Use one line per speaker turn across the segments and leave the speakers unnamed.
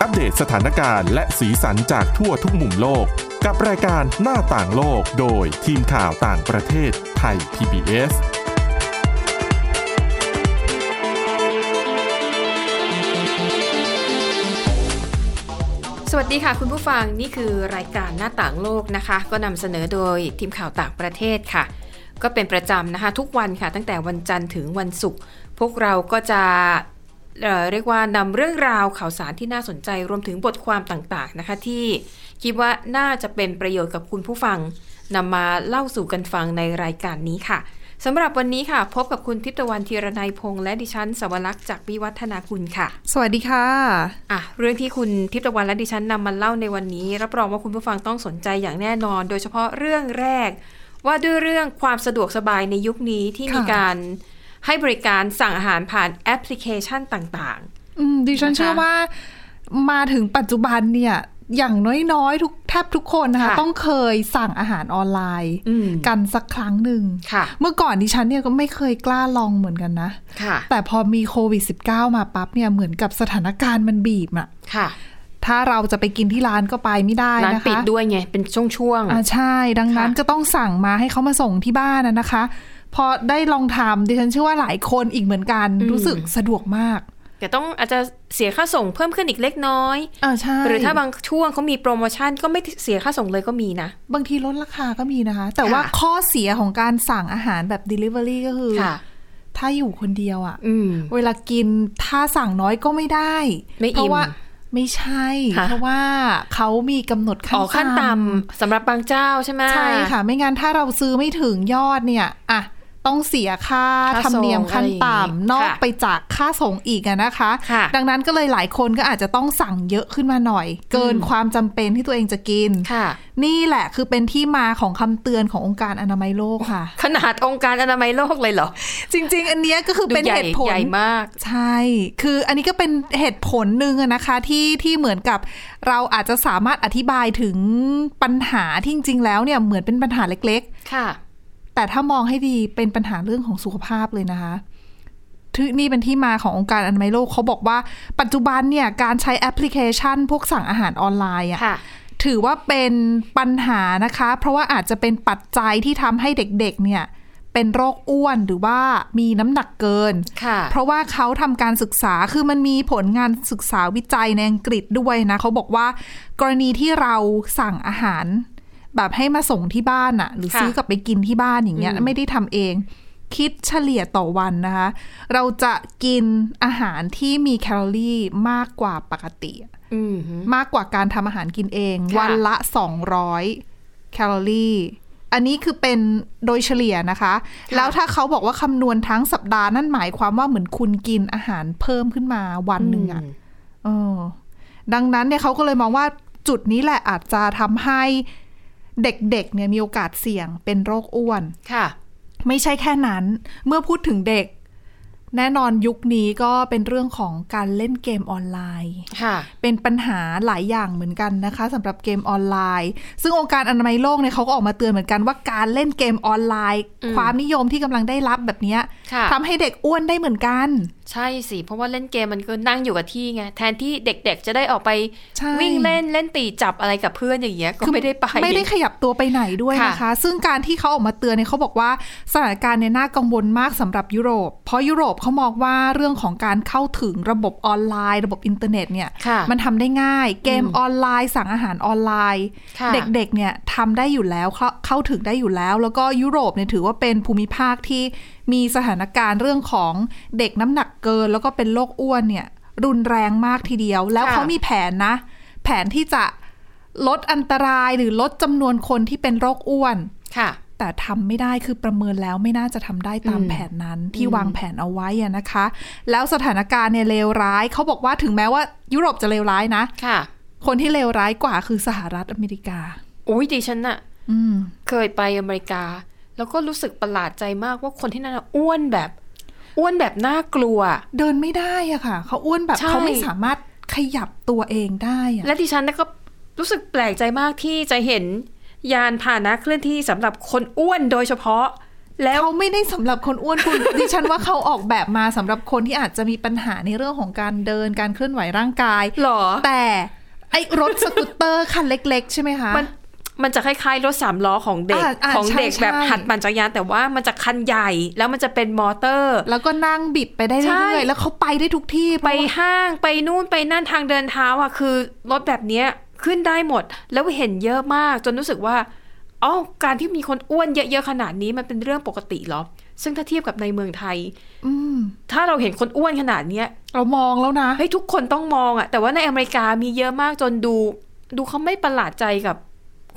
อัปเดตสถานการณ์และสีสันจากทั่วทุกมุมโลก กับรายการหน้าต่างโลกโดยทีมข่าวต่างประเทศไทย PBS
สวัสดีค่ะคุณผู้ฟังนี่คือรายการหน้าต่างโลกนะคะ ก็นำเสนอโดยทีมข่าวต่างประเทศค่ะ ก็เป็นประจำนะคะ ทุกวันค่ะ ตั้งแต่วันจันทร์ถึงวันศุกร์พวกเราก็จะเอ่อเรียกว่านำเรื่องราวข่าวสารที่น่าสนใจรวมถึงบทความต่างๆนะคะ ที่คิดว่าน่าจะเป็นประโยชน์กับคุณผู้ฟังนำมาเล่าสู่กันฟังในรายการนี้ค่ะสำหรับวันนี้ค่ะ พบกับคุณทิพย์ตะวันธีรนัยพงษ์และดิฉันสวรักษ์จากวิวัฒนาคุณค่ะ
สวัสดีค่ะ
อ่ะเรื่องที่คุณทิพย์ตะวันและดิฉันนำมาเล่าในวันนี้ รับรองว่าคุณผู้ฟังต้องสนใจอย่างแน่นอน โดยเฉพาะเรื่องแรก ว่าด้วยเรื่องความสะดวกสบายในยุคนี้ที่
ค่ะ
มีการให้บริการสั่งอาหารผ่านแอปพลิเคชันต่าง
อืมดิฉัน
นะคะ
เชื่อว่ามาถึงปัจจุบันเนี่ย อย่างน้อยๆ ทุกแทบทุกคนนะคะ
ค่ะ
ต้องเคยสั่งอาหารออนไลน์
ๆ อืม
กันสักครั้งหนึ่ง
ค่ะ
เมื่อก่อนดิฉันเนี่ยก็ไม่เคยกล้าลองเหมือนกันนะ
ค่ะ
แต่พอมีโควิด -19 มาปั๊บเนี่ยเหมือนกับสถานการณ์มันบีบอะ
ค่ะ
ถ้าเราจะไปกินที่ร้านก็ไปไม่ได้
ร้าน
นะคะ
ปิดด้วยไงเป็นช่วง
อ่าใช่ ดังนั้น
ค่ะ
ก็ต้องสั่งมาให้เขามาส่งที่บ้านนะนะคะ พอได้ลองทำดิฉันเชื่อว่าหลายคนอีกเหมือนกัน รู้สึกสะดวกมาก
ๆแต่ต้องอาจจะเสียค่าส่งเพิ่มขึ้นอีกเล็กน้อย
อ่าใช่
หรือถ้าบางช่วงเขามีโปรโมชั่นก็ไม่เสียค่าส่งเลยก็มีนะ
บางทีลดราคาก็มีนะคะ แต่ว่า
ค่ะ
ข้อเสียของการสั่งอาหารแบบ Delivery ก็คือ ถ้าอยู่คนเดียวอะ
อืม
เวลากินถ้าสั่งน้อยก็ไม่ได้
ไม่
เพ
อิ่ม
ราะว่าไม่ใช่
ค่ะ
เพราะว่าเขามีกำหนดขั้
อ๋
น
อขั้นต่ำสำหรับบางเจ้าใช่ไหม
ใช่ค่ะ ไม่งั้นถ้าเราซื้อไม่ถึงยอดเนี่ยอะต้องเสียค่า
ค่า
ธรรมเนียมขั้น
ส่งอะไรอย่างงี้
ต่ำนอก
ค่ะ
ไปจากค่าส่งอีกอะนะคะ
ค่ะ
ดังนั้นก็เลยหลายคนก็อาจจะต้องสั่งเยอะขึ้นมาหน่อย เกิน
อืม
ความจำเป็นที่ตัวเองจะกิน
ค่ะ
นี่แหละคือเป็นที่มาของคำเตือนขององค์การอนามัยโลกค่ะ
ขนาดองค์การอนามัยโลกเลยเหรอ
จริง ๆ อันเนี้ยก็คือ
ดู
เป็น
ใญ่
เหตุผล
ใหญ่มาก
ใช่ คืออันนี้ก็เป็นเหตุผลหนึ่งอะนะคะที่ที่เหมือนกับเราอาจจะสามารถอธิบายถึงปัญหาที่จริง ๆ แล้วเนี่ยเหมือนเป็นปัญหาเล็ก
ค่ะ
ๆ แต่ถ้ามองให้ดีเป็นปัญหาเรื่องของสุขภาพเลยนะคะที่นี่เป็นที่มาขององค์การอนามัยโลกเขาบอกว่าปัจจุบันเนี่ยการใช้แอปพลิเคชัน พวกสั่งอาหารออนไลน์อะ
ค่ะ
ถือว่าเป็นปัญหานะคะ เพราะว่าอาจจะเป็นปัจจัยที่ทำให้เด็กๆ เนี่ย เป็นโรคอ้วนหรือว่ามีน้ำหนักเกิน
ค่ะ
เพราะว่าเขาทำการศึกษาคือมันมีผลงานศึกษาวิจัยในอังกฤษด้วยนะเขาบอกว่า กรณีที่เราสั่งอาหาร แบบให้มาส่งที่บ้านอะหรือ
ค่ะ
ซื้อกลับไปกินที่บ้านอย่างเงี้ย
อืม
ไม่ได้ทำเอง คิดเฉลี่ยต่อวันนะคะ เราจะกินอาหารที่มีแคลอรี่มากกว่าปกติ
อืม
มากกว่าการทำอาหารกินเอง
ค่ะ
วันละ 200 แคลอรี่ อันนี้คือเป็นโดยเฉลี่ยนะคะ
ะ
แล้วถ้าเขาบอกว่าคำนวณทั้งสัปดาห์นั่นหมายความว่าเหมือนคุณกินอาหารเพิ่มขึ้นมาวันหนึ่งอะเออดังนั้นเนี่ยเขาก็เลยมองว่าจุดนี้แหละอาจจะทำให้เด็กๆเนี่ยมีโอกาสเสี่ยงเป็นโรคอ้วน
ค่ะ
ไม่ใช่แค่นั้น เมื่อพูดถึงเด็ก แน่นอนยุคนี้ก็เป็นเรื่องของการเล่นเกมออนไลน์
ค่ะ
เป็นปัญหาหลายอย่างเหมือนกันนะคะสำหรับเกมออนไลน์ ซึ่งองค์การอนามัยโลกเนี่ยเขาก็ออกมาเตือนเหมือนกันว่าการเล่นเกมออนไลน์
อืม
ความนิยมที่กำลังได้รับแบบเนี้ย
ค่ะ
ทำให้เด็กอ้วนได้เหมือนกัน
ใช่สิ เพราะว่าเล่นเกมมันก็นั่งอยู่กับที่ไง แทนที่เด็กๆ จะได้ออกไป
ใช่
วิ่งเล่นเล่นตีจับอะไรกับเพื่อนอย่างเงี้ย ก็ไม่ได้ไป
ไม่ได้ขยับตัวไปไหนด้วยนะคะ ซึ่งการที่เขาออกมาเตือนเนี่ยเขาบอกว่าสถานการณ์เนี่ยน่ากังวลมากสำหรับยุโรป เพราะยุโรปเขามองว่าเรื่องของการเข้าถึงระบบออนไลน์ ระบบอินเทอร์เน็ตเนี่ย
ค่ะ
มันทำได้ง่าย เกม
อืม
ออนไลน์ สั่งอาหารออนไลน์
ค่ะ
เด็กๆ เนี่ยทำได้อยู่แล้วเข้าเข้าถึงได้อยู่แล้ว แล้วก็ยุโรปเนี่ยถือว่าเป็นภูมิภาคที่มีสถานการณ์เรื่องของเด็กน้ำหนักเกิน แล้วก็เป็นโรคอ้วนเนี่ยรุนแรงมากทีเดียว แล้วเขามีแผนนะ แผนที่จะลดอันตรายหรือลดจำนวนคนที่เป็นโรคอ้วน
ค่ะ
แต่ทำไม่ได้คือประเมินแล้วไม่น่าจะทำได้ตาม
อืม
แผนนั้นที่
อืม
วางแผนเอาไว้อะนะคะ แล้วสถานการณ์เนี่ยเลวร้ายเขาบอกว่าถึงแม้ว่ายุโรปจะเลวร้ายนะ
ค่ะ
คนที่เลวร้ายกว่าคือสหรัฐอเมริกา
อุ้ยดิฉันน่ะ
อืม
เคยไปอเมริกา แล้วก็รู้สึกประหลาดใจมากว่าคนที่นั่นน่ะอ้วนแบบ อ้วนแบบน่ากลัว
เดินไม่ได้อะค่ะ เขาอ้วนแบบ
ใช่
เขาไม่สามารถขยับตัวเองได้อะ
และดิฉันก็รู้สึกแปลกใจมากที่จะเห็นยานพาหนะเคลื่อนที่สำหรับคนอ้วนโดยเฉพาะ แล้ว
เขาไม่ได้สำหรับคนอ้วนคุณ ดิฉันว่าเขาออกแบบมาสำหรับคนที่อาจจะมีปัญหาในเรื่องของการเดินการเคลื่อนไหวร่างกาย
หรอ
แต่ไอ้รถสกูตเตอร์คันเล็ก ๆ ใช่ไหมคะ
มันมันจะคล้ายๆรถสามล้อของเด็ก
อ่าอ่า
ของเด็ก
ใช่
แบบ
ใช่
หัดปั่นจักรยานแต่ว่ามันจะคันใหญ่แล้วมันจะเป็นมอเตอร์
แล้วก็นั่งบิดไปได้
ใช่
เรื่อยๆแล้วเขาไปได้ทุกที่เพ
ไป
ราะว่า
ห้างไปนู่นไปนั่นทางเดินเท้าอ่ะคือรถแบบเนี้ยขึ้นได้หมด แล้วเห็นเยอะมาก จนรู้สึกว่าอ๋อการที่มีคนอ้วนเยอะๆขนาดนี้มันเป็นเรื่องปกติเหรอ ซึ่งถ้าเทียบกับในเมืองไทย
อืม
ถ้าเราเห็นคนอ้วนขนาดเนี้ย
เรามองแล้วนะ
เฮ้ยทุกคนต้องมองอะแต่ว่าในอเมริกามีเยอะมากจนดู ดูเขาไม่ประหลาดใจกับ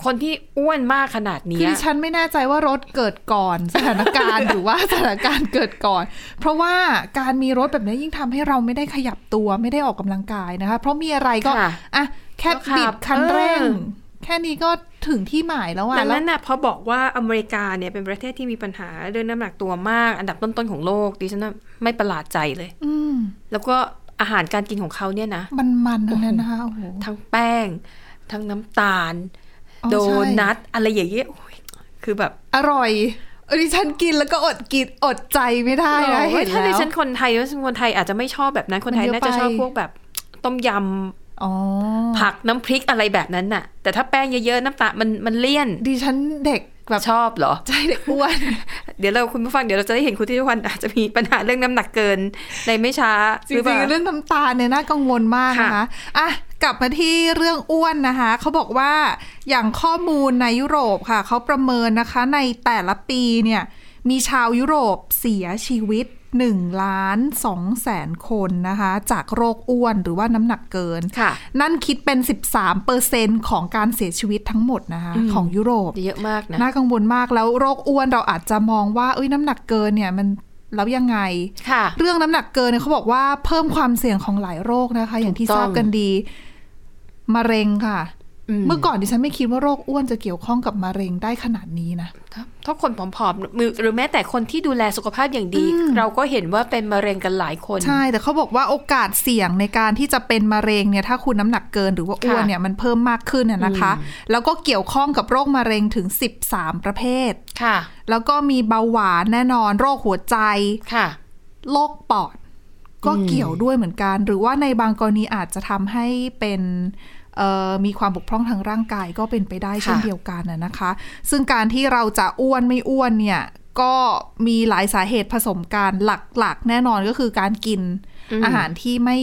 คนที่อ้วนมากขนาด
คื
เนี้
อ
ย
ดิฉันไม่แน่ใจว่ารถเกิดก่อน สถานการณ์ หรือว่าสถานการณ์เกิดก่อน เพราะว่าการมีรถแบบนี้ยิ่งทำให้เราไม่ได้ขยับตัวไม่ได้ออกกำลังกายนะคะ เพราะมีอะไรก็
ค่ะ
อ่ะแค่
ก็ขับ
บิดคัน
เออ
เร่ง แค่นี้ก็ถึงที่หมายแล้วอ่ะ
ดัง
แล้ว
นั้นน่ะพอบอกว่าอเมริกาเนี่ยเป็นประเทศที่มีปัญหาเรื่องน้ำหนักตัวมาก อันดับต้นๆของโลกดิฉันน่ะไม่ประหลาดใจเลย
อืม
แล้วก็อาหารการกินของเขาเนี่ยนะ
มันมันๆทั้งนั้นนะคะโอ้โห
ทั้งแป้ง ทั้งน้ำตาล
อ๋อ
โด
ใช่
นัทอะไรอย่างเงี้ยโอ้ยคือแบบ
อร่อยดิฉันกินแล้วก็อดกินอดใจไม่ได้นะ
เฮ้
เห็
ย
น
ถ้า
แล้
ดิ
ว
ฉันคนไทยว่าคนไทยอาจจะไม่ชอบแบบนั้นคนไทย
มันเยอะ
น่าจะชอบ
ไป
พวกแบบต้มยำ
อ๋อ
ผักน้ำพริกอะไรแบบนั้นน่ะ แต่ถ้าแป้งเยอะๆ น้ำตาลมันมันเลี่ยน
ดิฉันเด็กแบบ
ชอบเหรอ
ใจเด็กอ้วน
เดี๋ยวเราคุณผู้ฟังเดี๋ยวเราจะได้เห็นคุณที่ทุกวันอาจจะมีปัญหาเรื่องน้ำหนักเกินในไม่ช้า
จริ
หอปล่า
งๆเรื่องน้ำตาลเนี่ยน่ากังวลมากนะ
ค่ะ
คะอ่ะกลับมาที่เรื่องอ้วนนะคะ เขาบอกว่าอย่างข้อมูลในยุโรปค่ะ เขาประเมินนะคะในแต่ละปีเนี่ยมีชาวยุโรปเสียชีวิต1ล้าน2แสนคนนะคะ จากโรคอ้วนหรือว่าน้ำหนักเกิน
ค่ะ
นั่นคิดเป็น 13เปอร์เซ็นของการเสียชีวิตทั้งหมดนะคะ
อืม
ของยุโรป
เยอะมากนะ
น่ากังวลมากแล้วโรคอ้วนเราอาจจะมองว่าเอ้ยน้ำหนักเกินเนี่ยมันแล้วยังไง
ค่ะ
เรื่องน้ำหนักเกินเนี่ยเขาบอกว่าเพิ่มความเสี่ยงของหลายโรคนะคะ อย่างที่
ถูกต้
ท
อง
ราบกันดี มะเร็งค่ะ
เมื่
เมื่
อ
อ
ก่อน
ก่อนดิฉันไม่คิดว่าโรคอ้วนจะเกี่ยวข้องกับมะเร็งได้ขนาดนี้นะ
ถ้าคนผอมๆหรือหรือแม้แต่คนที่ดูแลสุขภาพอย่างดี
อืม
เราก็เห็นว่าเป็นมะเร็งกันหลายคน
ใช่แต่เขาบอกว่าโอกาสเสี่ยงในการที่จะเป็นมะเร็งเนี่ยถ้าคุณน้ำหนักเกินหรือว่าอ้วน
ค่ะ
เนี่ยมันเพิ่มมากขึ้นน่ะนะคะ
อื
แล้วก็เกี่ยวข้องกับโรคมะเร็งถึง 13 ประเภท
ค่ะ
แล้วก็มีเบาหวานแน่นอน โรคหัวใจ
ค่ะ
โรคปอดก็
อืม
เกี่ยวด้วยเหมือนกัน หรือว่าในบางกรณีอาจจะทำให้เป็นเอ่อมีความบกพร่องทางร่างกายก็เป็นไปได้เช่นเดียวกันนะนะคะ ซึ่งการที่เราจะอ้วนไม่อ้วนเนี่ยก็มีหลายสาเหตุผสมกันหลักๆ แน่นอนก็คือการกิน
ม
อาหารที่ไม่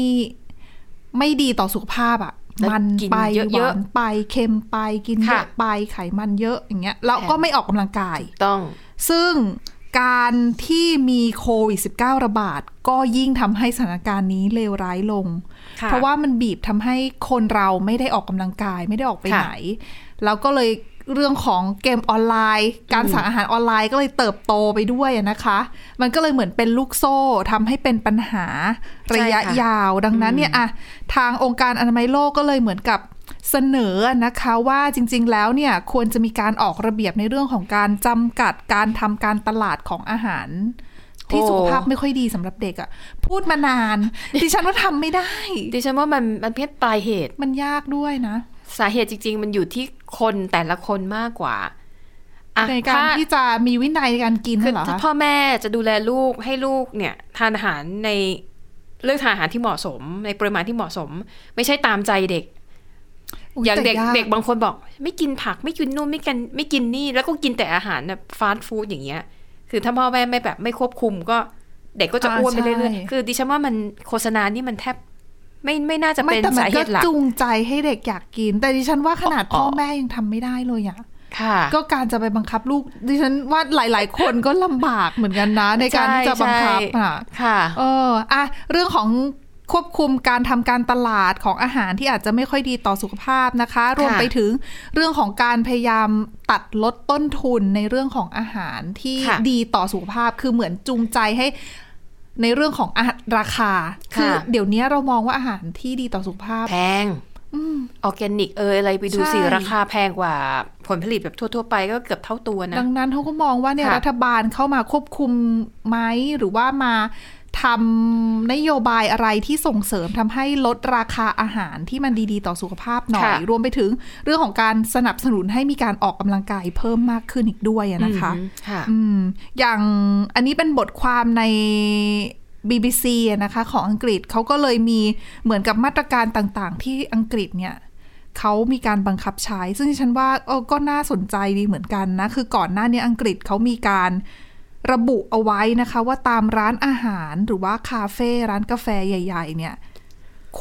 ไม่ดีต่อสุขภาพอะ่ะ
แล้ว
มัน
กิน
ไป
เยอะๆ
หวานไปเค็มไปกินเย
ค่ะ
อะไปไขมันเยอะอย่างเงี้ยแล้วก็
แถม
ไม่ออกกำลังกาย
ต้อง
ซึ่งการที่มีโควิด -19 ระบาด ก็ยิ่งทำให้สถานการณ์นี้เลวร้ายลง
ค่ะ
เพราะว่ามันบีบทำให้คนเราไม่ได้ออกกำลังกายไม่ได้ออกไป
ค่ะ
ไหน แล้วก็เลยเรื่องของเกมออนไลน์ การสั่งอาหารออนไลน์ก็เลยเติบโตไปด้วยอะนะคะ มันก็เลยเหมือนเป็นลูกโซ่ทำให้เป็นปัญหาระยะ
ใช่ค่ะ
ยาว ดังนั้นเนี่ยอะทางองค์การอนามัยโลกก็เลยเหมือนกับเสนอนะคะว่าจริง ๆ แล้วเนี่ยควรจะมีการออกระเบียบในเรื่องของการจำกัดการทำการตลาดของอาหาร ที่
โอ้
สุขภาพไม่ค่อยดีสำหรับเด็กอะพูดมานาน ดิฉันว่าทำไม่ได้
ดิฉันว่ามันมันเพี้ยนปลายเหตุ
มันยากด้วยนะ
สาเหตุจริง ๆ มันอยู่ที่คนแต่ละคนมากกว่าอ่ะ
ในการ
ถ้
ที่จะมีวินัยในการกิน
คือ
น่ะเหรอ
ถ้า
คะ
พ่อแม่จะดูแลลูกให้ลูกเนี่ยทานอาหารในเลือกทานอาหารที่เหมาะสม ในปริมาณที่เหมาะสม ไม่ใช่ตามใจเด็ก อย่างเด็ก
แต่
เด็กบางคนบอก ไม่กินผักไม่กินนู่นไม่กินไม่กินนี่แล้วก็กินแต่อาหารแบบฟาสต์ฟู้ดอย่างเงี้ย คือถ้าพ่อแม่ไม่แบบไม่ควบคุมก็ เด็กก็จะ
า
อ้วนไปเรื่อย
ใช่
ๆคือดิฉันว่ามันโฆษณานี่มันแทบไม่ไม่น่าจะ
ไม่
เป็น
แต่มั
สาเห
ก็
ตุหลัก
จูงใจให้เด็กอยากกิน แต่ดิฉันว่าขนาด
อ๋อ
พ่อแม่ยังทำไม่ได้เลยอะ
ค่ะ
ก็การจะไปบังคับลูก ดิฉันว่าหลาย ๆ คนก็ลำบากเหมือนกันนะ ในการที่จะบังคับ
ใช่
อ่ะ
ค่ะ
เอออะเรื่องของควบคุมการทำการตลาดของอาหารที่อาจจะไม่ค่อยดีต่อสุขภาพนะคะ รวมไปถึงเรื่องของการพยายามตัดลดต้นทุนในเรื่องของอาหารที่
ค่ะ
ดีต่อสุขภาพ คือเหมือนจูงใจให้ในเรื่องของอาหารราคา
ค่ะ
คือเดี๋ยวนี้เรามองว่าอาหารที่ดีต่อสุขภาพ
แพง
อืม
ออร์แกนิกเอออะไรไปดูสิ
ใช่
ราคาแพงกว่าผลผลิตแบบทั่วๆ ไปก็เกือบเท่าตัวนะ
ดังนั้นเขาก็มองว่าเนี่ย
ค่ะ
รัฐบาลเข้ามาควบคุมไหมหรือว่ามา ทำนโยบายอะไรที่ส่งเสริมทำให้ลดราคาอาหารที่มันดีๆ ต่อสุขภาพหน่อย
ค่ะ
รวมไปถึงเรื่องของการสนับสนุนให้มีการออกกำลังกายเพิ่มมากขึ้นอีกด้วยอะนะคะ
อืมค่ะ
อืมอย่างอันนี้เป็นบทความใน BBC อะนะคะ ของอังกฤษเขาก็เลยมีเหมือนกับมาตรการต่างๆ ที่อังกฤษเนี่ยเขามีการบังคับใช้ ซึ่งดิฉันว่าเออก็น่าสนใจดีเหมือนกันนะ คือก่อนหน้านี้อังกฤษเขามีการระบุเอาไว้นะคะ ว่าตามร้านอาหารหรือว่าคาเฟ่ร้านกาแฟใหญ่ ๆ เนี่ย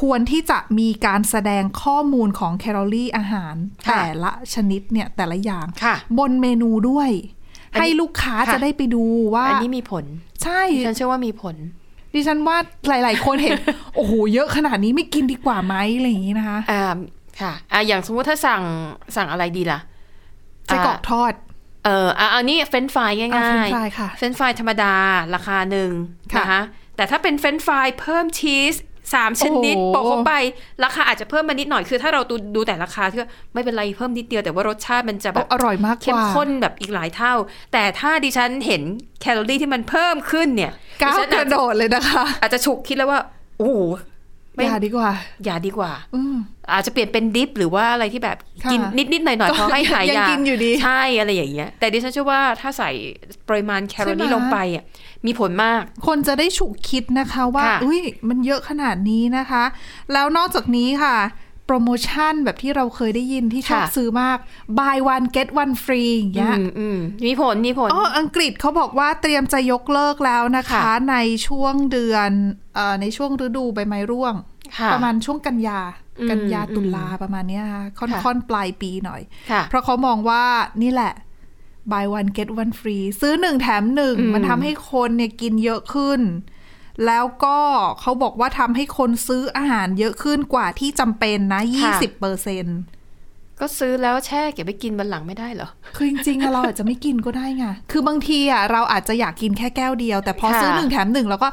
ควรที่จะมีการแสดงข้อมูลของแคลอรี่อาหาร
ค่ะ
แต่ละชนิดเนี่ยแต่ละอย่าง
ค่ะ
บนเมนูด้วย
อันนี้
ให้ลูกค้า
ค่ะ
จะได้ไปดูว่า
อันนี้มีผล
ใช่
ดิฉันเชื่อว่ามีผล
ดิฉันว่าหลาย ๆ คนเห็ น โอ้โหเยอะขนาดนี้ไม่กินดีกว่าไหมอะไรอย่างนี้นะคะ
อ่าค่ะอ่าอย่างสมมุติถ้าสั่งสั่งอะไรดีล่ะ
ไส้กรอกทอด
เอออ่ะอันนี้เฟรนช์ฟรายง่
อ่ะ
าย
French fry ค่ะ
เฟรนช์ฟรายธรรมดาราคาหนึ่ง
ค่ะ
นะคะแต่ถ้าเป็นเฟรนช์ฟรายเพิ่มชีสสามชนิด
โอ้โห
โปะเข้าไป ราคาอาจจะเพิ่มมานิดหน่อยคือถ้าเราดูดูแต่ราคาที่ว่าไม่เป็นไรเพิ่มนิดเดียวแต่ว่ารสชาติมันจะแบบ
โอ้อร่อยมากก
เข้ม
ว่า
ข้นแบบอีกหลายเท่า แต่ถ้าดิฉันเห็นแคลอรี่ที่มันเพิ่มขึ้นเนี่ยดิ
ก้าว
ฉัน
ก
อาจ
ระโดดเลยนะคะ
อาจจะฉุกคิดแล้วว่าโอ้โหไม่
อย่าดีกว่า
อย่าดีกว่า
อืม
อาจจะเปลี่ยนเป็นดิฟหรือว่าอะไรที่แบบ
ค่ะ
กินนิดนิดๆหน่อยหน่อย
ก็
ๆพอให้หาย
ยัง
ยา
กินอยู่ดี
ใช่อะไรอย่างเงี้ยแต่ดิฉันเชื่อว่าถ้าใส่ปริมาณแคลอรี่
ใช่ไหม
ลงไปอ่ะมีผลมาก
คนจะได้ฉุกคิดนะคะว่า
ค่ะ
อุ้ยมันเยอะขนาดนี้นะคะ แล้วนอกจากนี้ค่ะ โปรโมชั่นแบบที่เราเคยได้ยินที่ชอบซื้อมาก buy one get one free อย่างเงี้ย
อืมอืมมีผลมีผล
อ๋ออังกฤษเขาบอกว่าเตรียมจะยกเลิกแล้วนะคะ
ค่ะ
ในช่วงเดือนเอ่อในช่วงฤดูใบไม้ร่วง
ค่ะ
ประมาณช่วงกันยา
อืม
กันยา
อืม
ตุลาประมาณเนี้ยค่ะค่อน
ค่ะ
ค่อนปลายปีหน่อย
ค่ะ
เพราะเขามองว่านี่แหละ buy one get one free ซื้อหนึ่งแถมหนึ่ง
อืม
มันทำให้คนเนี่ยกินเยอะขึ้น แล้วก็เขาบอกว่าทำให้คนซื้ออาหารเยอะขึ้นกว่าที่จำเป็นนะ20เปอร์เซ็นต์
ก็ซื้อแล้วแช่เก็บไปกินวันหลังไม่ได้เหรอ
คือจริงๆอะเราอาจจะไม่กินก็ได้ไง คือบางทีอะเราอาจจะอยากกินแค่แก้วเดียว แต่พอ
ค่ะ
ซื้อหนึ่งแถมหนึ่งเราก็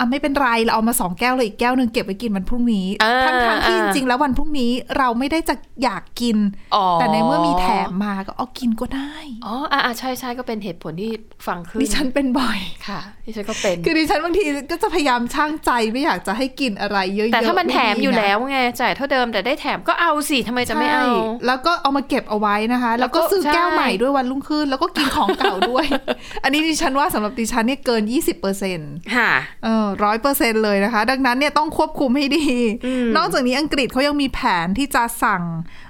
อ่ะไม่เป็นไรเราเอามาสองแก้วเลยอีกแก้วหนึ่งเก็บไว้กินวันพรุ่งนี้
อ่า
ทั้งๆที่จ
อ่า
ริงๆแล้ววันพรุ่งนี้เราไม่ได้จะอยากกิน
อ๋อ
แต่ในเมื่อมีแถมมาก็เอากินก็ได้
อ๋ออ่าใช่ใช่ก็เป็นเหตุผลที่ฟังขึ้น
ดิฉันเป็นบ่อย
ค่ะดิฉันก็เป็น
คือดิฉันบางทีก็จะพยายามช่างใจไม่อยากจะให้กินอะไรเยอะๆ
แต่ถ้ามัน
ไ
แถมอยู่
ดีนะ
แล้วไงจ่ายเท่าเดิมแต่ได้แถมก็เอาสิทำไมจะไม่เอา
ใช่แล้วก็เอามาเก็บเอาไว้นะคะ
แล้
แล้ว
วก็
ก็ซื้อแก้ว
ใช่
ใหม่ด้วยวันรุ่งขึ้น แล้วก็กินของเก่าด้วย อันนี้ดิฉันว่าสำหรับดิฉันเนี่ยเกิน 20%เปอร์เซ็นต์
ค่ะ
เออร้อยเปอร์เซ็นเลยนะคะ ดังนั้นเนี่ยต้องควบคุมให้ดี
อืม
นอกจากนี้อังกฤษเขายังมีแผนที่จะสั่ง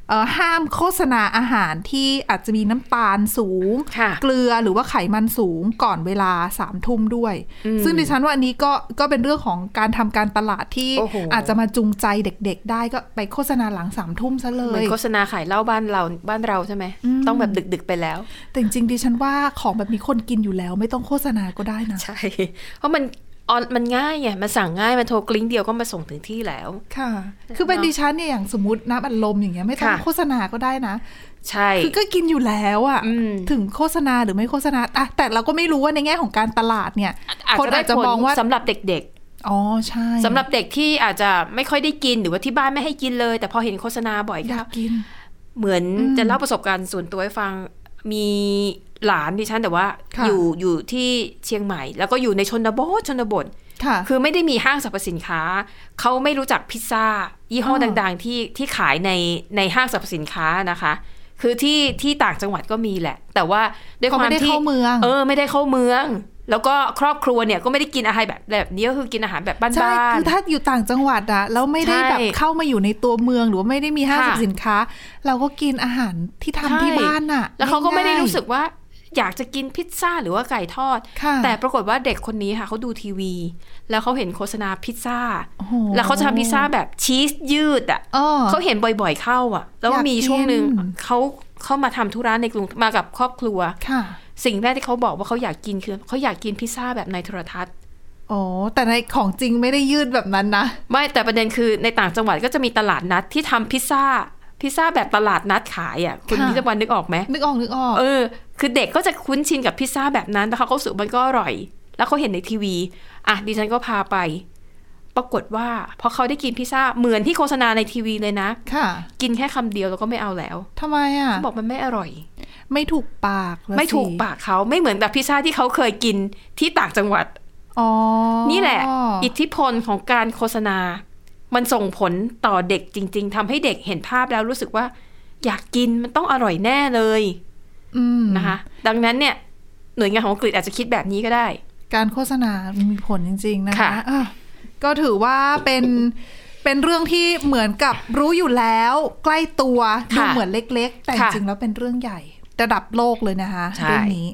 เอ่อห้ามโฆษณาอาหารที่อาจจะมีน้ำตาลสูง
ค่ะ
เกลือหรือว่าไขมันสูงก่อนเวลาสามทุ่มด้วย ซึ่งดิฉันว่าอันนี้ก็ก็เป็นเรื่องของการทำการตลาดที่
โอ้โห
อาจจะมาจูงใจเด็กๆ ได้ก็ไปโฆษณาหลังสามทุ่มซะเล
เหมือย นโฆษณาขายเหล้าบ้านเราบ้านเราใช่ไหม
อืม
ต้องแบบดึก ๆ ไปแล้ว
แต่จริงๆดิฉันว่าของแบบนี้คนกินอยู่แล้วไม่ต้องโฆษณาก็ได้นะ
ใช่ เพราะมันออนมันง่ายไงมันสั่งง่าย มันโทรกลิ้งเดียวก็มาส่งถึงที่แล้ว
ค่ะ คือเป็น
เนอะ
ดิฉันเนี่ยอย่างสมมติน้ำอัดลมอย่างเงี้ยไม่ต้อง
ค่ะ
โฆษณาก็ได้นะ
ใช่
คือก็กินอยู่แล้วอะ
อืม
ถึงโฆษณาหรือไม่โฆษณาอะแต่เราก็ไม่รู้ว่าในแง่ของการตลาดเนี่ย
อาจ
คน
จะได้
อาจจะ
ผล
มองว่า
สำหรับเด็ก
อ๋อใช่
ๆสำหรับเด็กที่อาจจะไม่ค่อยได้กินหรือว่าที่บ้านไม่ให้กินเลย แต่พอเห็นโฆษณาบ่อย
อยา
ค่ะ
กกิน
เหมือน
อืม
จะเล่าประสบการณ์ส่วนตัวให้ฟังมีหลานดิฉันแต่ว่า
ค่ะ
อยู่อยู่ที่เชียงใหม่ แล้วก็อยู่ในชนบทชนบท
ค่ะ
คือไม่ได้มีห้างสรรพสินค้า เขาไม่รู้จักพิซซ่า ยี่ห้อ
อ่า
ดังๆที่ที่ขายในในห้างสรรพสินค้านะคะ คือที่ที่ต่างจังหวัดก็มีแหละ แต่ว่าด้วย
เขา
ควา
ไม่
ม
ได้
ที่
เข้าเมือง
เออไม่ได้เข้าเมือง แล้วก็ครอบครัวเนี่ยก็ไม่ได้กินอาหารแบบแบบนี้ก็คือกินอาหารแบบบ้านๆ
ใช่คือถ้าอยู่ต่างจังหวัดอะแล้วไม่ได้
ใช่
แบบเข้ามาอยู่ในตัวเมืองหรือว่าไม่ได้มีห้าง
ค่ะ
สรรพสินค้า เราก็กินอาหารที่ทำ
ใช่
ที่บ้านอะ
แล้วเขาก็ไม่ได้
ยๆ
รู้สึกว่าอยากจะกินพิซซ่าหรือว่าไก่ทอด
ค่ะ
แต่ปรากฏว่าเด็กคนนี้ค่ะเขาดูทีวี แล้วเขาเห็นโฆษณาพิซซ่า
โอ้โห
แล้วเขาจะทำพิซซ่าแบบชีสยืดอ่ะ
อ้อ
เขาเห็นบ่อยๆเข้าอ่ะ แล้ว
อยาก
มีช่วงหนึ่ง
กิน
เขาเขามาทำธุระในกรุงมากับครอบครัว
ค่ะ
สิ่งแรกที่เขาบอกว่าเขาอยากกินคือเขาอยากกินพิซซ่าแบบในโทรทัศน์
โอ้แต่ในของจริงไม่ได้ยืดแบบนั้นนะ
ไม่แต่ประเด็นคือในต่างจังหวัดก็จะมีตลาดนัดที่ทำพิซซ่า พิซซ่าแบบตลาดนัดขายอ่ะคุณ
ค่ะ
พิจวันนึกออกไหม
นึกออกนึกออก
เออ คือเด็กก็จะคุ้นชินกับพิซซ่าแบบนั้นแล้วเขาก็รู้สึกมันก็อร่อย แล้วเขาเห็นในทีวี อ่ะดิฉันก็พาไป ปรากฏว่าพอเขาได้กินพิซซ่าเหมือนที่โฆษณาในทีวีเลยนะ
ค่ะ
กินแค่คำเดียวแล้วก็ไม่เอาแล้ว
ทำไมอะ
เขาบอกมันไม่อร่อย
ไม่ถูกปากละ
ไม่ถูก
สิ
ปากเขาไม่เหมือนแบบพิซซ่าที่เขาเคยกินที่ต่างจังหวัด
อ๋อ
นี่แหละ อิทธิพลของการโฆษณา มันส่งผลต่อเด็กจริง ๆทำให้เด็กเห็นภาพแล้วรู้สึกว่า อยากกินมันต้องอร่อยแน่เลย
อืม
นะคะ ดังนั้นเนี่ยหน่วยงานของอังกฤษอาจจะคิดแบบนี้ก็ได้
การโฆษณามีผลจริง ๆ นะคะ
ค่ะ
อ่ะก็ถือว่าเป็นเป็นเรื่องที่เหมือนกับรู้อยู่แล้ว ใกล้ตัวดู
ค่ะ
เหมือนเล็ก ๆ แต่จ
ค่ะ
ริงๆแล้วเป็นเรื่องใหญ่ ระดับโลกเลยนะคะ
ใช่
เรื่องนี้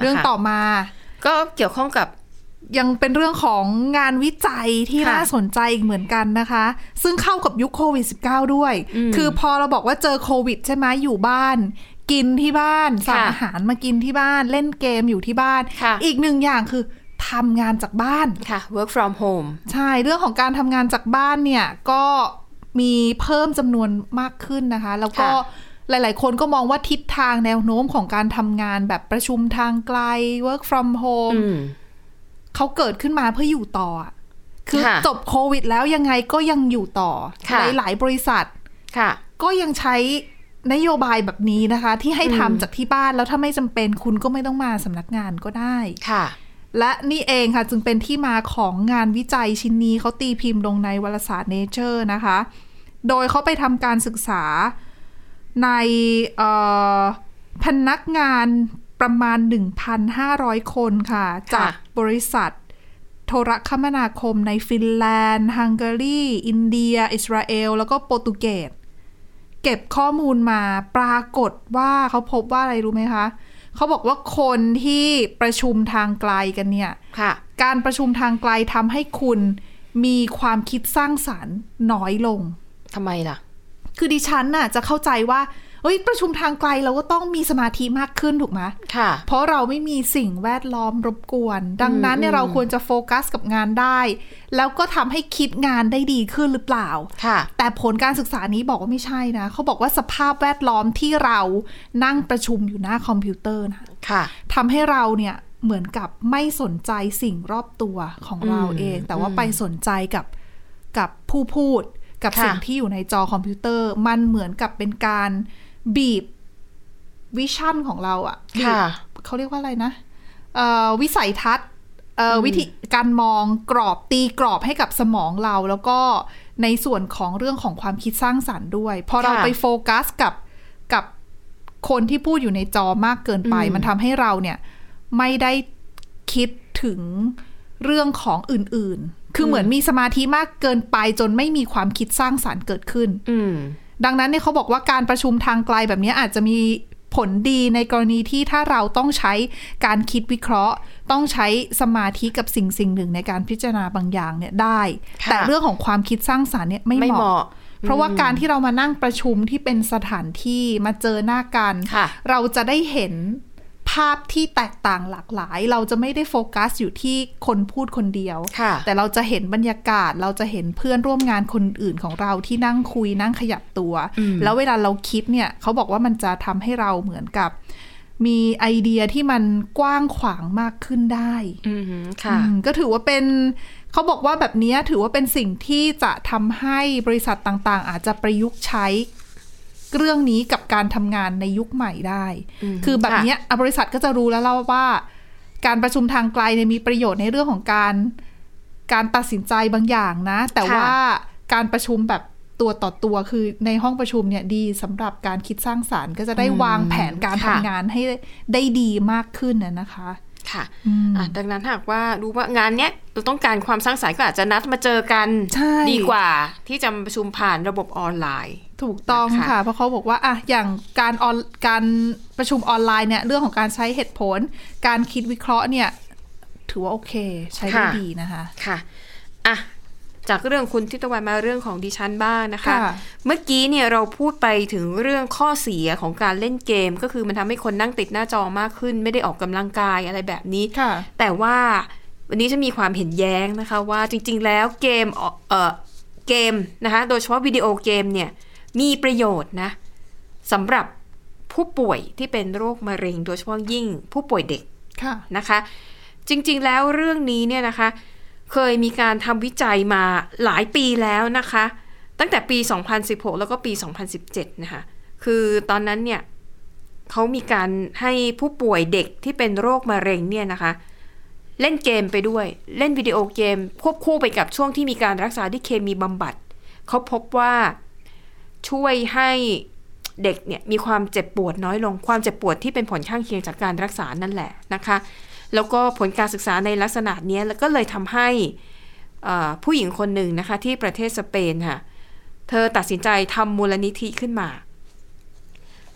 เรื่องต่อมา
ก็เกี่ยวข้องกับ
ยังเป็นเรื่องของงานวิจัยที่
ค่ะ
น่าสนใจอีกเหมือนกันนะคะ ซึ่งเข้ากับยุคโควิด -19 ด้วย
อืม
คือพอเราบอกว่าเจอโควิดใช่ไหมอยู่บ้าน กินที่บ้านสั่ง
ค่ะ
อาหารมากินที่บ้านเล่นเกมอยู่ที่บ้าน
ค่ะ
อีกหนึ่งอย่างคือทำงานจากบ้าน
ค่ะ work from home
ใช่เรื่องของการทำงานจากบ้านเนี่ยก็มีเพิ่มจำนวนมากขึ้นนะคะ แล้วก็
ค่ะ
หลาย ๆ คนก็มองว่าทิศทางแนวโน้มของการทำงานแบบประชุมทางไกล work from home เขาเกิดขึ้นมาเพื่ออยู่ต่ออะคือ
ค่ะ
จบโควิดแล้วยังไงก็ยังอยู่ต่อ
ค่ะ
หลาย ๆ บริษัท
ค่ะ
ก็ยังใช้นโยบายแบบนี้นะคะ ที่ให้
อืม
ทำจากที่บ้าน แล้วถ้าไม่จำเป็นคุณก็ไม่ต้องมาสำนักงานก็ได้
ค่ะ
และนี่เองค่ะจึงเป็นที่มาของงานวิจัยชิ้นนี้เขาตีพิมพ์ลงในวารสาร Nature นะคะ โดยเขาไปทำการศึกษาในเอ่อพนักงานประมาณ 1,500 คนค่ะ จากบริษัทโทรคมนาคมในฟินแลนด์ ฮังการี อินเดีย อิสราเอล แล้วก็โปรตุเกส เก็บข้อมูลมาปรากฏว่าเขาพบว่าอะไรรู้ไหมคะ เขาบอกว่าคนที่ประชุมทางไกลกันเนี่ย
ค่ะ
การประชุมทางไกลทำให้คุณมีความคิดสร้างสารรค์น้อยลง
ทำไมล่ะ
คือดิฉันน่ะจะเข้าใจว่าเอ้ยประชุมทางไกลเราก็ต้องมีสมาธิมากขึ้นถูกไหม
ค่ะ
เพราะเราไม่มีสิ่งแวดล้อมรบกวน ดังนั้นเนี่ยเราควรจะโฟกัสกับงานได้ แล้วก็ทำให้คิดงานได้ดีขึ้นหรือเปล่า
ค่ะ
แต่ผลการศึกษานี้บอกว่าไม่ใช่นะ เขาบอกว่าสภาพแวดล้อมที่เรานั่งประชุมอยู่หน้าคอมพิวเตอร์นะ
ค่ะ
ทำให้เราเนี่ยเหมือนกับไม่สนใจสิ่งรอบตัวของเราเอง แต่ว่าไปสนใจกับกับผู้พูดกับ
ค่ะ
สิ่งที่อยู่ในจอคอมพิวเตอร์ มันเหมือนกับเป็นการบีบวิชั่นของเราอะบีบ
ค่ะ
เขาเรียกว่าอะไรนะเอ่อวิสัยทัศน์เอ่ออวิธีการมองกรอบตีกรอบให้กับสมองเรา แล้วก็ในส่วนของเรื่องของความคิดสร้างสรรค์ด้วยพอเรา
ค่ะ
ไปโฟกัสกับกับ คนที่พูดอยู่ในจอมากเกินไป
อืม
มันทำให้เราเนี่ยไม่ได้คิดถึงเรื่องของอื่นๆ คือเหมือนมีสมาธิมากเกินไปจนไม่มีความคิดสร้างสารรค์เกิดขึ้น
อืม
ดังนั้นเนี่ยเขาบอกว่าการประชุมทางไกลแบบนี้อาจจะมีผลดีในกรณีที่ถ้าเราต้องใช้การคิดวิเคราะห์ ต้องใช้สมาธิกับสิ่งสิ่งหนึ่งในการพิจารณาบางอย่างเนี่ยได้
ค่ะ
แต่เรื่องของความคิดสร้างสารรค์เนี่ยไม่
ไม่
เห
เห
มาะ
มาะ
เพราะว่าการที่เรามานั่งประชุมที่เป็นสถานที่มาเจอหน้ากัน
ค่ะ
เราจะได้เห็นภาพที่แตกต่างหลากหลาย เราจะไม่ได้โฟกัสอยู่ที่คนพูดคนเดียว
ค่ะ
แต่เราจะเห็นบรรยากาศ เราจะเห็นเพื่อนร่วมงานคนอื่นของเราที่นั่งคุยนั่งขยับตัว
อืม
แล้วเวลาเราคิดเนี่ยเขาบอกว่ามันจะทำให้เราเหมือนกับ มีไอเดียที่มันกว้างขวางมากขึ้นได้
อืมค่ะ
อืมก็ถือว่าเป็นเขาบอกว่าแบบเนี้ยถือว่าเป็นสิ่งที่จะทำให้บริษัทต่างๆ อาจจะประยุกต์ใช้เรื่องนี้กับการทำงานในยุคใหม่ได้
อืม
คือแบบเนี้ยอ่ะบริษัทก็จะรู้แล้วล่ะว่า การประชุมทางไกลเนี่ยมีประโยชน์ในเรื่องของการการตัดสินใจบางอย่างนะ แต่
ค่ะ
ว่าการประชุมแบบตัวต่อตัวคือในห้องประชุมเนี่ยดีสำหรับการคิดสร้างสารรค์ก็จะได้วางแผนการทำงานให้ได้ดีมากขึ้นนะนะคะ
ค่ะ
อืม
อ่ะ ดังนั้นหากว่ารู้ว่างานเนี้ยเราต้องการความสร้างสรรค์ก็อาจจะนัดมาเจอกัน
ใช่
ดีกว่าที่จะมาประชุมผ่านระบบออนไลน์
ถูกต้อง
นะคะ
ค่ะ เพราะเขาบอกว่าอะอย่างการออนการประชุมออนไลน์เนี่ยเรื่องของการใช้เหตุผล การคิดวิเคราะห์เนี่ย ถือว่าโอเค ใช้ได้
ค่ะ
ดีนะคะ
ค่ะ อ่ะ จากเรื่องคุณทิพย์ตะวันมาเรื่องของดิฉันบ้างนะคะ
ค่ะ
เมื่อกี้เนี่ยเราพูดไปถึงเรื่องข้อเสียของการเล่นเกม ก็คือมันทำให้คนนั่งติดหน้าจอมากขึ้น ไม่ได้ออกกำลังกายอะไรแบบนี้
ค่ะ
แต่ว่าวันนี้ฉันมีความเห็นแย้งนะคะว่าจริงๆแล้วเกมเอ่อเอ่อเกมนะคะโดยเฉพาะวิดีโอเกมเนี่ยมีประโยชน์นะสำหรับผู้ป่วยที่เป็นโรคมะเร็ง โดยเฉพาะยิ่งผู้ป่วยเด็ก
ค่ะ
นะคะจริงๆแล้วเรื่องนี้เนี่ยนะคะเคยมีการทำวิจัยมาหลายปีแล้วนะคะ ตั้งแต่ปี 2016 แล้วก็ปี 2017 นะคะคือตอนนั้นเนี่ยเขามีการให้ผู้ป่วยเด็กที่เป็นโรคมะเร็งเนี่ยนะคะ เล่นเกมไปด้วย เล่นวิดีโอเกม ควบคู่ไปกับช่วงที่มีการรักษาที่เคมีบำบัด เขาพบว่าช่วยให้เด็กเนี่ยมีความเจ็บปวดน้อยลง ความเจ็บปวดที่เป็นผลข้างเคียงจากการรักษานั่นแหละนะคะ แล้วก็ผลการศึกษาในลักษณะเนี้ยแล้วก็เลยทำให้เอ่อผู้หญิงคนหนึ่งนะคะ ที่ประเทศสเปนค่ะ เธอตัดสินใจทำมูลนิธิขึ้นมา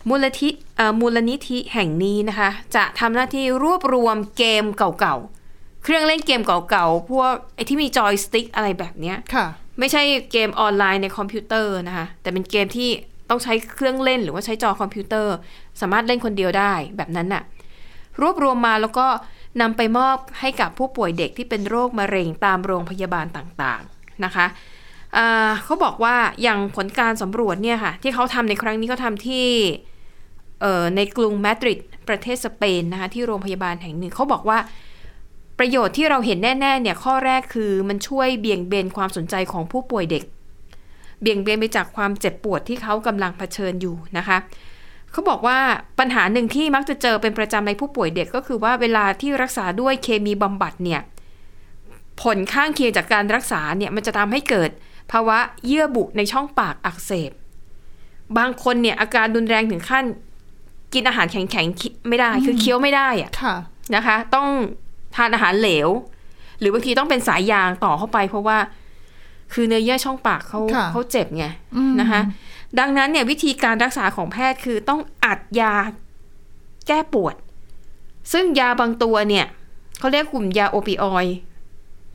มูลนิธิเอ่อมูลนิธิแห่งนี้นะคะ จะทำหน้าที่รวบรวมเกมเก่าๆ เครื่องเล่นเกมเก่าๆ พวกไอ้ที่มีจอยสติ๊กอะไรแบบเนี้ย
ค่ะ
ไม่ใช่เกมออนไลน์ในคอมพิวเตอร์นะคะ แต่เป็นเกมที่ต้องใช้เครื่องเล่นหรือว่าใช้จอคอมพิวเตอร์ สามารถเล่นคนเดียวได้แบบนั้นน่ะรวบรวมมาแล้วก็นำไปมอบให้กับผู้ป่วยเด็กที่เป็นโรคมะเร็งตามโรงพยาบาลต่างๆนะคะอ่าเขาบอกว่าอย่างผลการสำรวจเนี่ยค่ะ ที่เขาทำในครั้งนี้ก็ทำที่เอ่อในกรุงมาดริดประเทศสเปนนะคะที่โรงพยาบาลแห่งหนึ่งเขาบอกว่า ประโยชน์ที่เราเห็นแน่ ๆ เนี่ยข้อแรกคือมันช่วยเบี่ยงเบนความสนใจของผู้ป่วยเด็ก เบี่ยงเบนไปจากความเจ็บปวดที่เขากำลังเผชิญอยู่นะคะ เขาบอกว่าปัญหาหนึ่งที่มักจะเจอเป็นประจำในผู้ป่วยเด็กก็คือว่าเวลาที่รักษาด้วยเคมีบำบัดเนี่ยผลข้างเคียงจากการรักษาเนี่ยมันจะทำให้เกิดภาวะเยื่อบุในช่องปากอักเสบ บางคนเนี่ยอาการรุนแรงถึงขั้นกินอาหารแข็งๆไม่ได้คือเคี้ยวไม่ได้อะ
ค่ะ
นะคะต้องทานอาหารเหลว หรือบางทีต้องเป็นสายยางต่อเข้าไป เพราะว่าคือเนื้อเยื่อช่องปากเขา
ค่ะ
เขาเจ็บไง
อืม
นะคะดังนั้นเนี่ยวิธีการรักษาของแพทย์คือต้องอัดยาแก้ปวด ซึ่งยาบางตัวเนี่ยเขาเรียกกลุ่มยาโอปิออยด์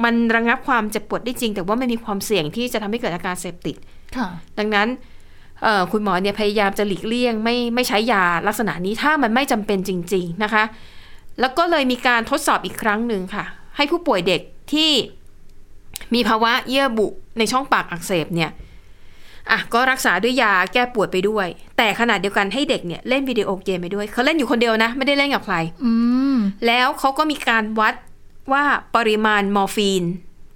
มันระงับความเจ็บปวดได้จริง แต่ว่ามันมีความเสี่ยงที่จะทำให้เกิดอาการเสพติด
ค่ะ
ดังนั้นเอ่อคุณหมอเนี่ยพยายามจะหลีกเลี่ยงไม่ไม่ใช้ยาลักษณะนี้ถ้ามันไม่จำเป็นจริง ๆนะคะ แล้วก็เลยมีการทดสอบอีกครั้งหนึ่งค่ะ ให้ผู้ป่วยเด็กที่มีภาวะเยื่อบุในช่องปากอักเสบเนี่ยอ่ะก็รักษาด้วยยาแก้ปวดไปด้วย แต่ขนาดเดียวกันให้เด็กเนี่ยเล่นวิดีโอเกมไปด้วยเขาเล่นอยู่คนเดียวนะ ไม่ได้เล่นกับใคร
อืม
แล้วเขาก็มีการวัดว่าปริมาณมอร์ฟีน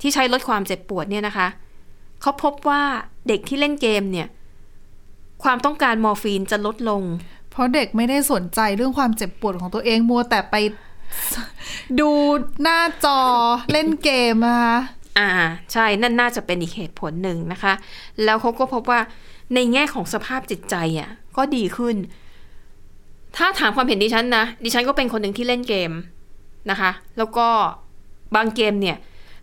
ที่ใช้ลดความเจ็บปวดเนี่ยนะคะ เขาพบว่าเด็กที่เล่นเกมเนี่ย ความต้องการมอร์ฟีนจะลดลง
เพราะเด็กไม่ได้สนใจเรื่องความเจ็บปวดของตัวเองมัวแต่ไป ดูหน้าจอเล่นเกมนะคะ
อ่า ใช่ นั่นน่าจะเป็นอีกเหตุผลหนึ่งนะคะ แล้วเขาก็พบว่าในแง่ของสภาพจิตใจอ่ะก็ดีขึ้น ถ้าถามความเห็นดิฉันนะ ดิฉันก็เป็นคนหนึ่งที่เล่นเกมนะคะ แล้วก็บางเกมเนี่ย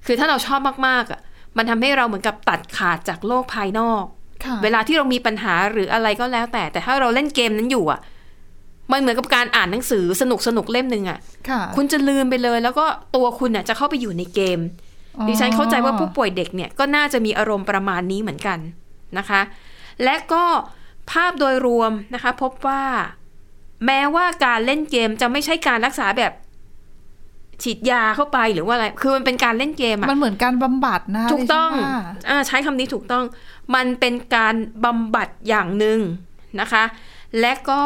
คือถ้าเราชอบมากๆอ่ะ มันทำให้เราเหมือนกับตัดขาดจากโลกภายนอก
ค่ะ
เวลาที่เรามีปัญหาหรืออะไรก็แล้วแต่ แต่ถ้าเราเล่นเกมนั้นอยู่อ่ะ มันเหมือนกับการอ่านหนังสือสนุกสนุกๆเล่มหนึ่งอ่ะ
ค่ะ
คุณจะลืมไปเลย แล้วก็ตัวคุณน่ะจะเข้าไปอยู่ในเกม
อ๋อ
ดิฉันเข้าใจว่าผู้ป่วยเด็กเนี่ยก็น่าจะมีอารมณ์ประมาณนี้เหมือนกันนะคะ และก็ภาพโดยรวมนะคะ พบว่า แม้ว่าการเล่นเกมจะไม่ใช่การรักษาแบบ ฉีดยาเข้าไปหรือว่าอะไร คือมันเป็นการเล่นเกมอะ
มันเหมือนการบำบัดนะคะ
ถูกต้อง
ดิฉันว่า
อ่าใช้คำนี้ถูกต้อง มันเป็นการบำบัดอย่างหนึ่งนะคะ และก็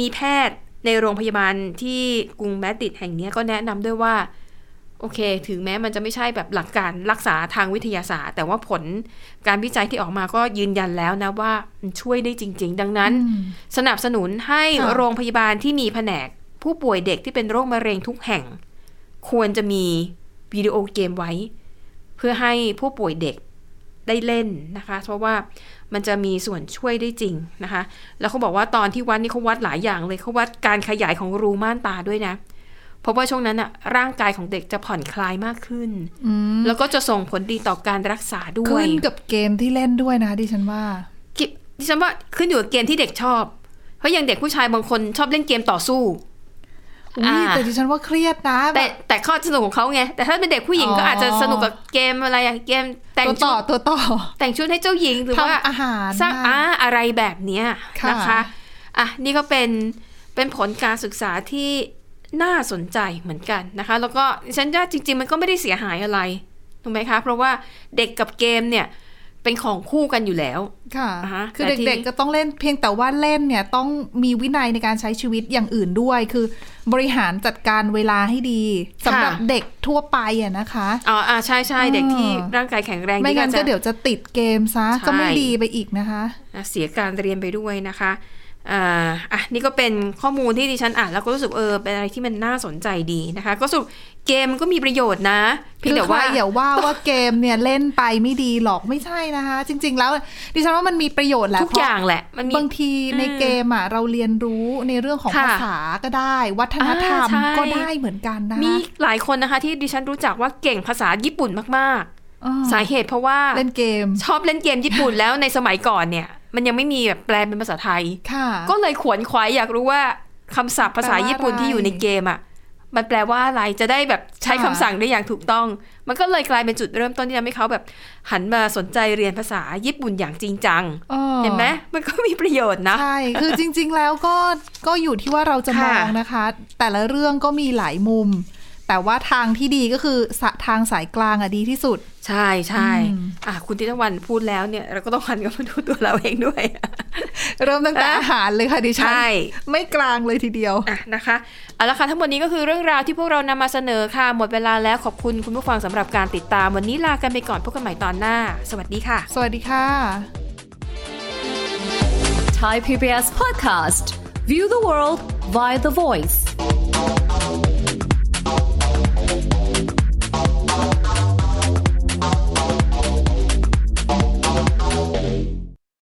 มีแพทย์ในโรงพยาบาลที่กรุงแมดริดแห่งเนี้ยก็แนะนำด้วยว่า โอเค ถึงแม้มันจะไม่ใช่แบบหลักการรักษาทางวิทยาศาสตร์ แต่ว่าผลการวิจัยที่ออกมาก็ยืนยันแล้วนะว่ามันช่วยได้จริง ๆ ดังนั้น
อืม
สนับสนุนให้
ค่ะ
โรงพยาบาลที่มีแผนก ผู้ป่วยเด็กที่เป็นโรคมะเร็งทุกแห่ง ควรจะมีวิดีโอเกมไว้ เพื่อให้ผู้ป่วยเด็กได้เล่นนะคะ เพราะว่ามันจะมีส่วนช่วยได้จริงนะคะ แล้วเขาบอกว่าตอนที่วัดนี่เขาวัดหลายอย่างเลยเขาวัดการขยายของรูม่านตาด้วยนะเพราะว่าช่วงนั้นอะร่างกายของเด็กจะผ่อนคลายมากขึ้น
อืม
แล้วก็จะส่งผลดีต่อการรักษาด้วย
ขึ้นกับเกมที่เล่นด้วยนะคะดิฉันว่า
กิดิฉันว่าขึ้นอยู่กับเกมที่เด็กชอบ เพราะอย่างเด็กผู้ชายบางคนชอบเล่นเกมต่อสู้
อุ้ย
อ่า
แต่ดิฉันว่าเครียดนะ
แต่
บบ
แต่ข้อสนุกของเขาไง แต่ถ้าเป็นเด็กผู้หญิง
อ๋อ
ก็อาจจะสนุกกับเกมอะไรอะเกมแต่งชุ
ตัวต่อ
ด
ตัวต่อ
แต่งชุดให้เจ้าหญิงหรือว่า
ทำอาหาร
สร้าง
นะ
อาอะไรแบบเนี้ย
ค่ะ
นะคะอ่ะนี่ก็เป็นเป็นผลการศึกษาที่น่าสนใจเหมือนกันนะคะ แล้วก็ดิฉันว่าจริง ๆ มันก็ไม่ได้เสียหายอะไรถูกไหมคะเพราะว่าเด็กกับเกมเนี่ยเป็นของคู่กันอยู่แล้ว
ค่ะ
อ่าฮะ
คือ
แต่ที่
เด็กๆก็ต้องเล่นเพียงแต่ว่าเล่นเนี่ยต้องมีวินัยในการใช้ชีวิตอย่างอื่นด้วย คือบริหารจัดการเวลาให้ดีสำหรับเด็กทั่วไปอะนะคะ
อ๋ออ่าใช่ใช่เด็กที่
อ่า
ร่างกายแข็งแรง
ไม่งั้น
นี่
ก็
จะ
เดี๋ยวจะติดเกมซะ
ใช่
ก็ไม่ดีไปอีกนะคะ
อ่ะเสียการเรียนไปด้วยนะคะ อ่าอ่ะนี่ก็เป็นข้อมูลที่ดิฉันอ่านแล้วก็รู้สึกเออเป็นอะไรที่มันน่าสนใจดีนะคะ ก็สรุปเกมก็มีประโยชน์นะเพียง
คือ
แต่
ใคร
ว่า
อย่า ว่าว่าเกมเนี่ยเล่นไปไม่ดีหรอกไม่ใช่นะคะ จริง ๆ แล้วดิฉันว่ามันมีประโยชน์แหละ
ทุกอย่างแหละมันมี
บางทีในเกมอ่ะเราเรียนรู้ในเรื่องของ
ค่ะ
ภาษาก็ได้ วัฒนธรรม
อ่าใช่
ก็ได้เหมือนกันนะ
มี
คะ
หลายคนนะคะที่ดิฉันรู้จักว่าเก่งภาษาญี่ปุ่นมาก
อ่
ๆ สาเหตุเพราะว่า
เล่นเกม
ชอบเล่นเกมญี่ปุ่นแล้วในสมัยก่อนเนี่ย มันยังไม่มีแบบแปลเป็นภาษาไทย
ค่ะ
ก็เลยขวนขวายอยากรู้ว่าคำศัพท์ภาษาญี่ปุ่น
แปลว่าอะไร
ที่อยู่ในเกมอ่ะมันแปลว่าอะไรจะได้แบบใช้คำ
ค่ะ
สั่งได้อย่างถูกต้อง มันก็เลยกลายเป็นจุดเริ่มต้นที่ทำให้เขาแบบหันมาสนใจเรียนภาษาญี่ปุ่นอย่างจริงจัง
อ่อ
เห็นไหมมันก็มีประโยชน์นะ
ใช่ คือจริง ๆ แล้วก็ก็อยู่ที่ว่าเราจะม
ค่ะ
องนะคะ แต่ละเรื่องก็มีหลายมุม แต่ว่าทางที่ดีก็คือสะทางสายกลางอะดีที่สุด
ใช่ใช่
อืม
อ่ะคุณทิตวันพูดแล้วเนี่ย เราก็ต้องหันกลับมาดูตัวเราเองด้วย
เริ่มตั้งแต่
อ่ะ
อาหารเลยค่ะดิฉัน
ใช่
ไม่กลางเลยทีเดียว
อ่ะนะคะเอาละค่ะทั้งหมดนี้ก็คือเรื่องราวที่พวกเรานำมาเสนอค่ะ หมดเวลาแล้วขอบคุณคุณผู้ฟังสำหรับการติดตาม วันนี้ลากันไปก่อนพบกันใหม่ตอนหน้า สวัสดีค่ะ
สวัสดีค่ะ
Thai PBS podcast. View the world via the voice.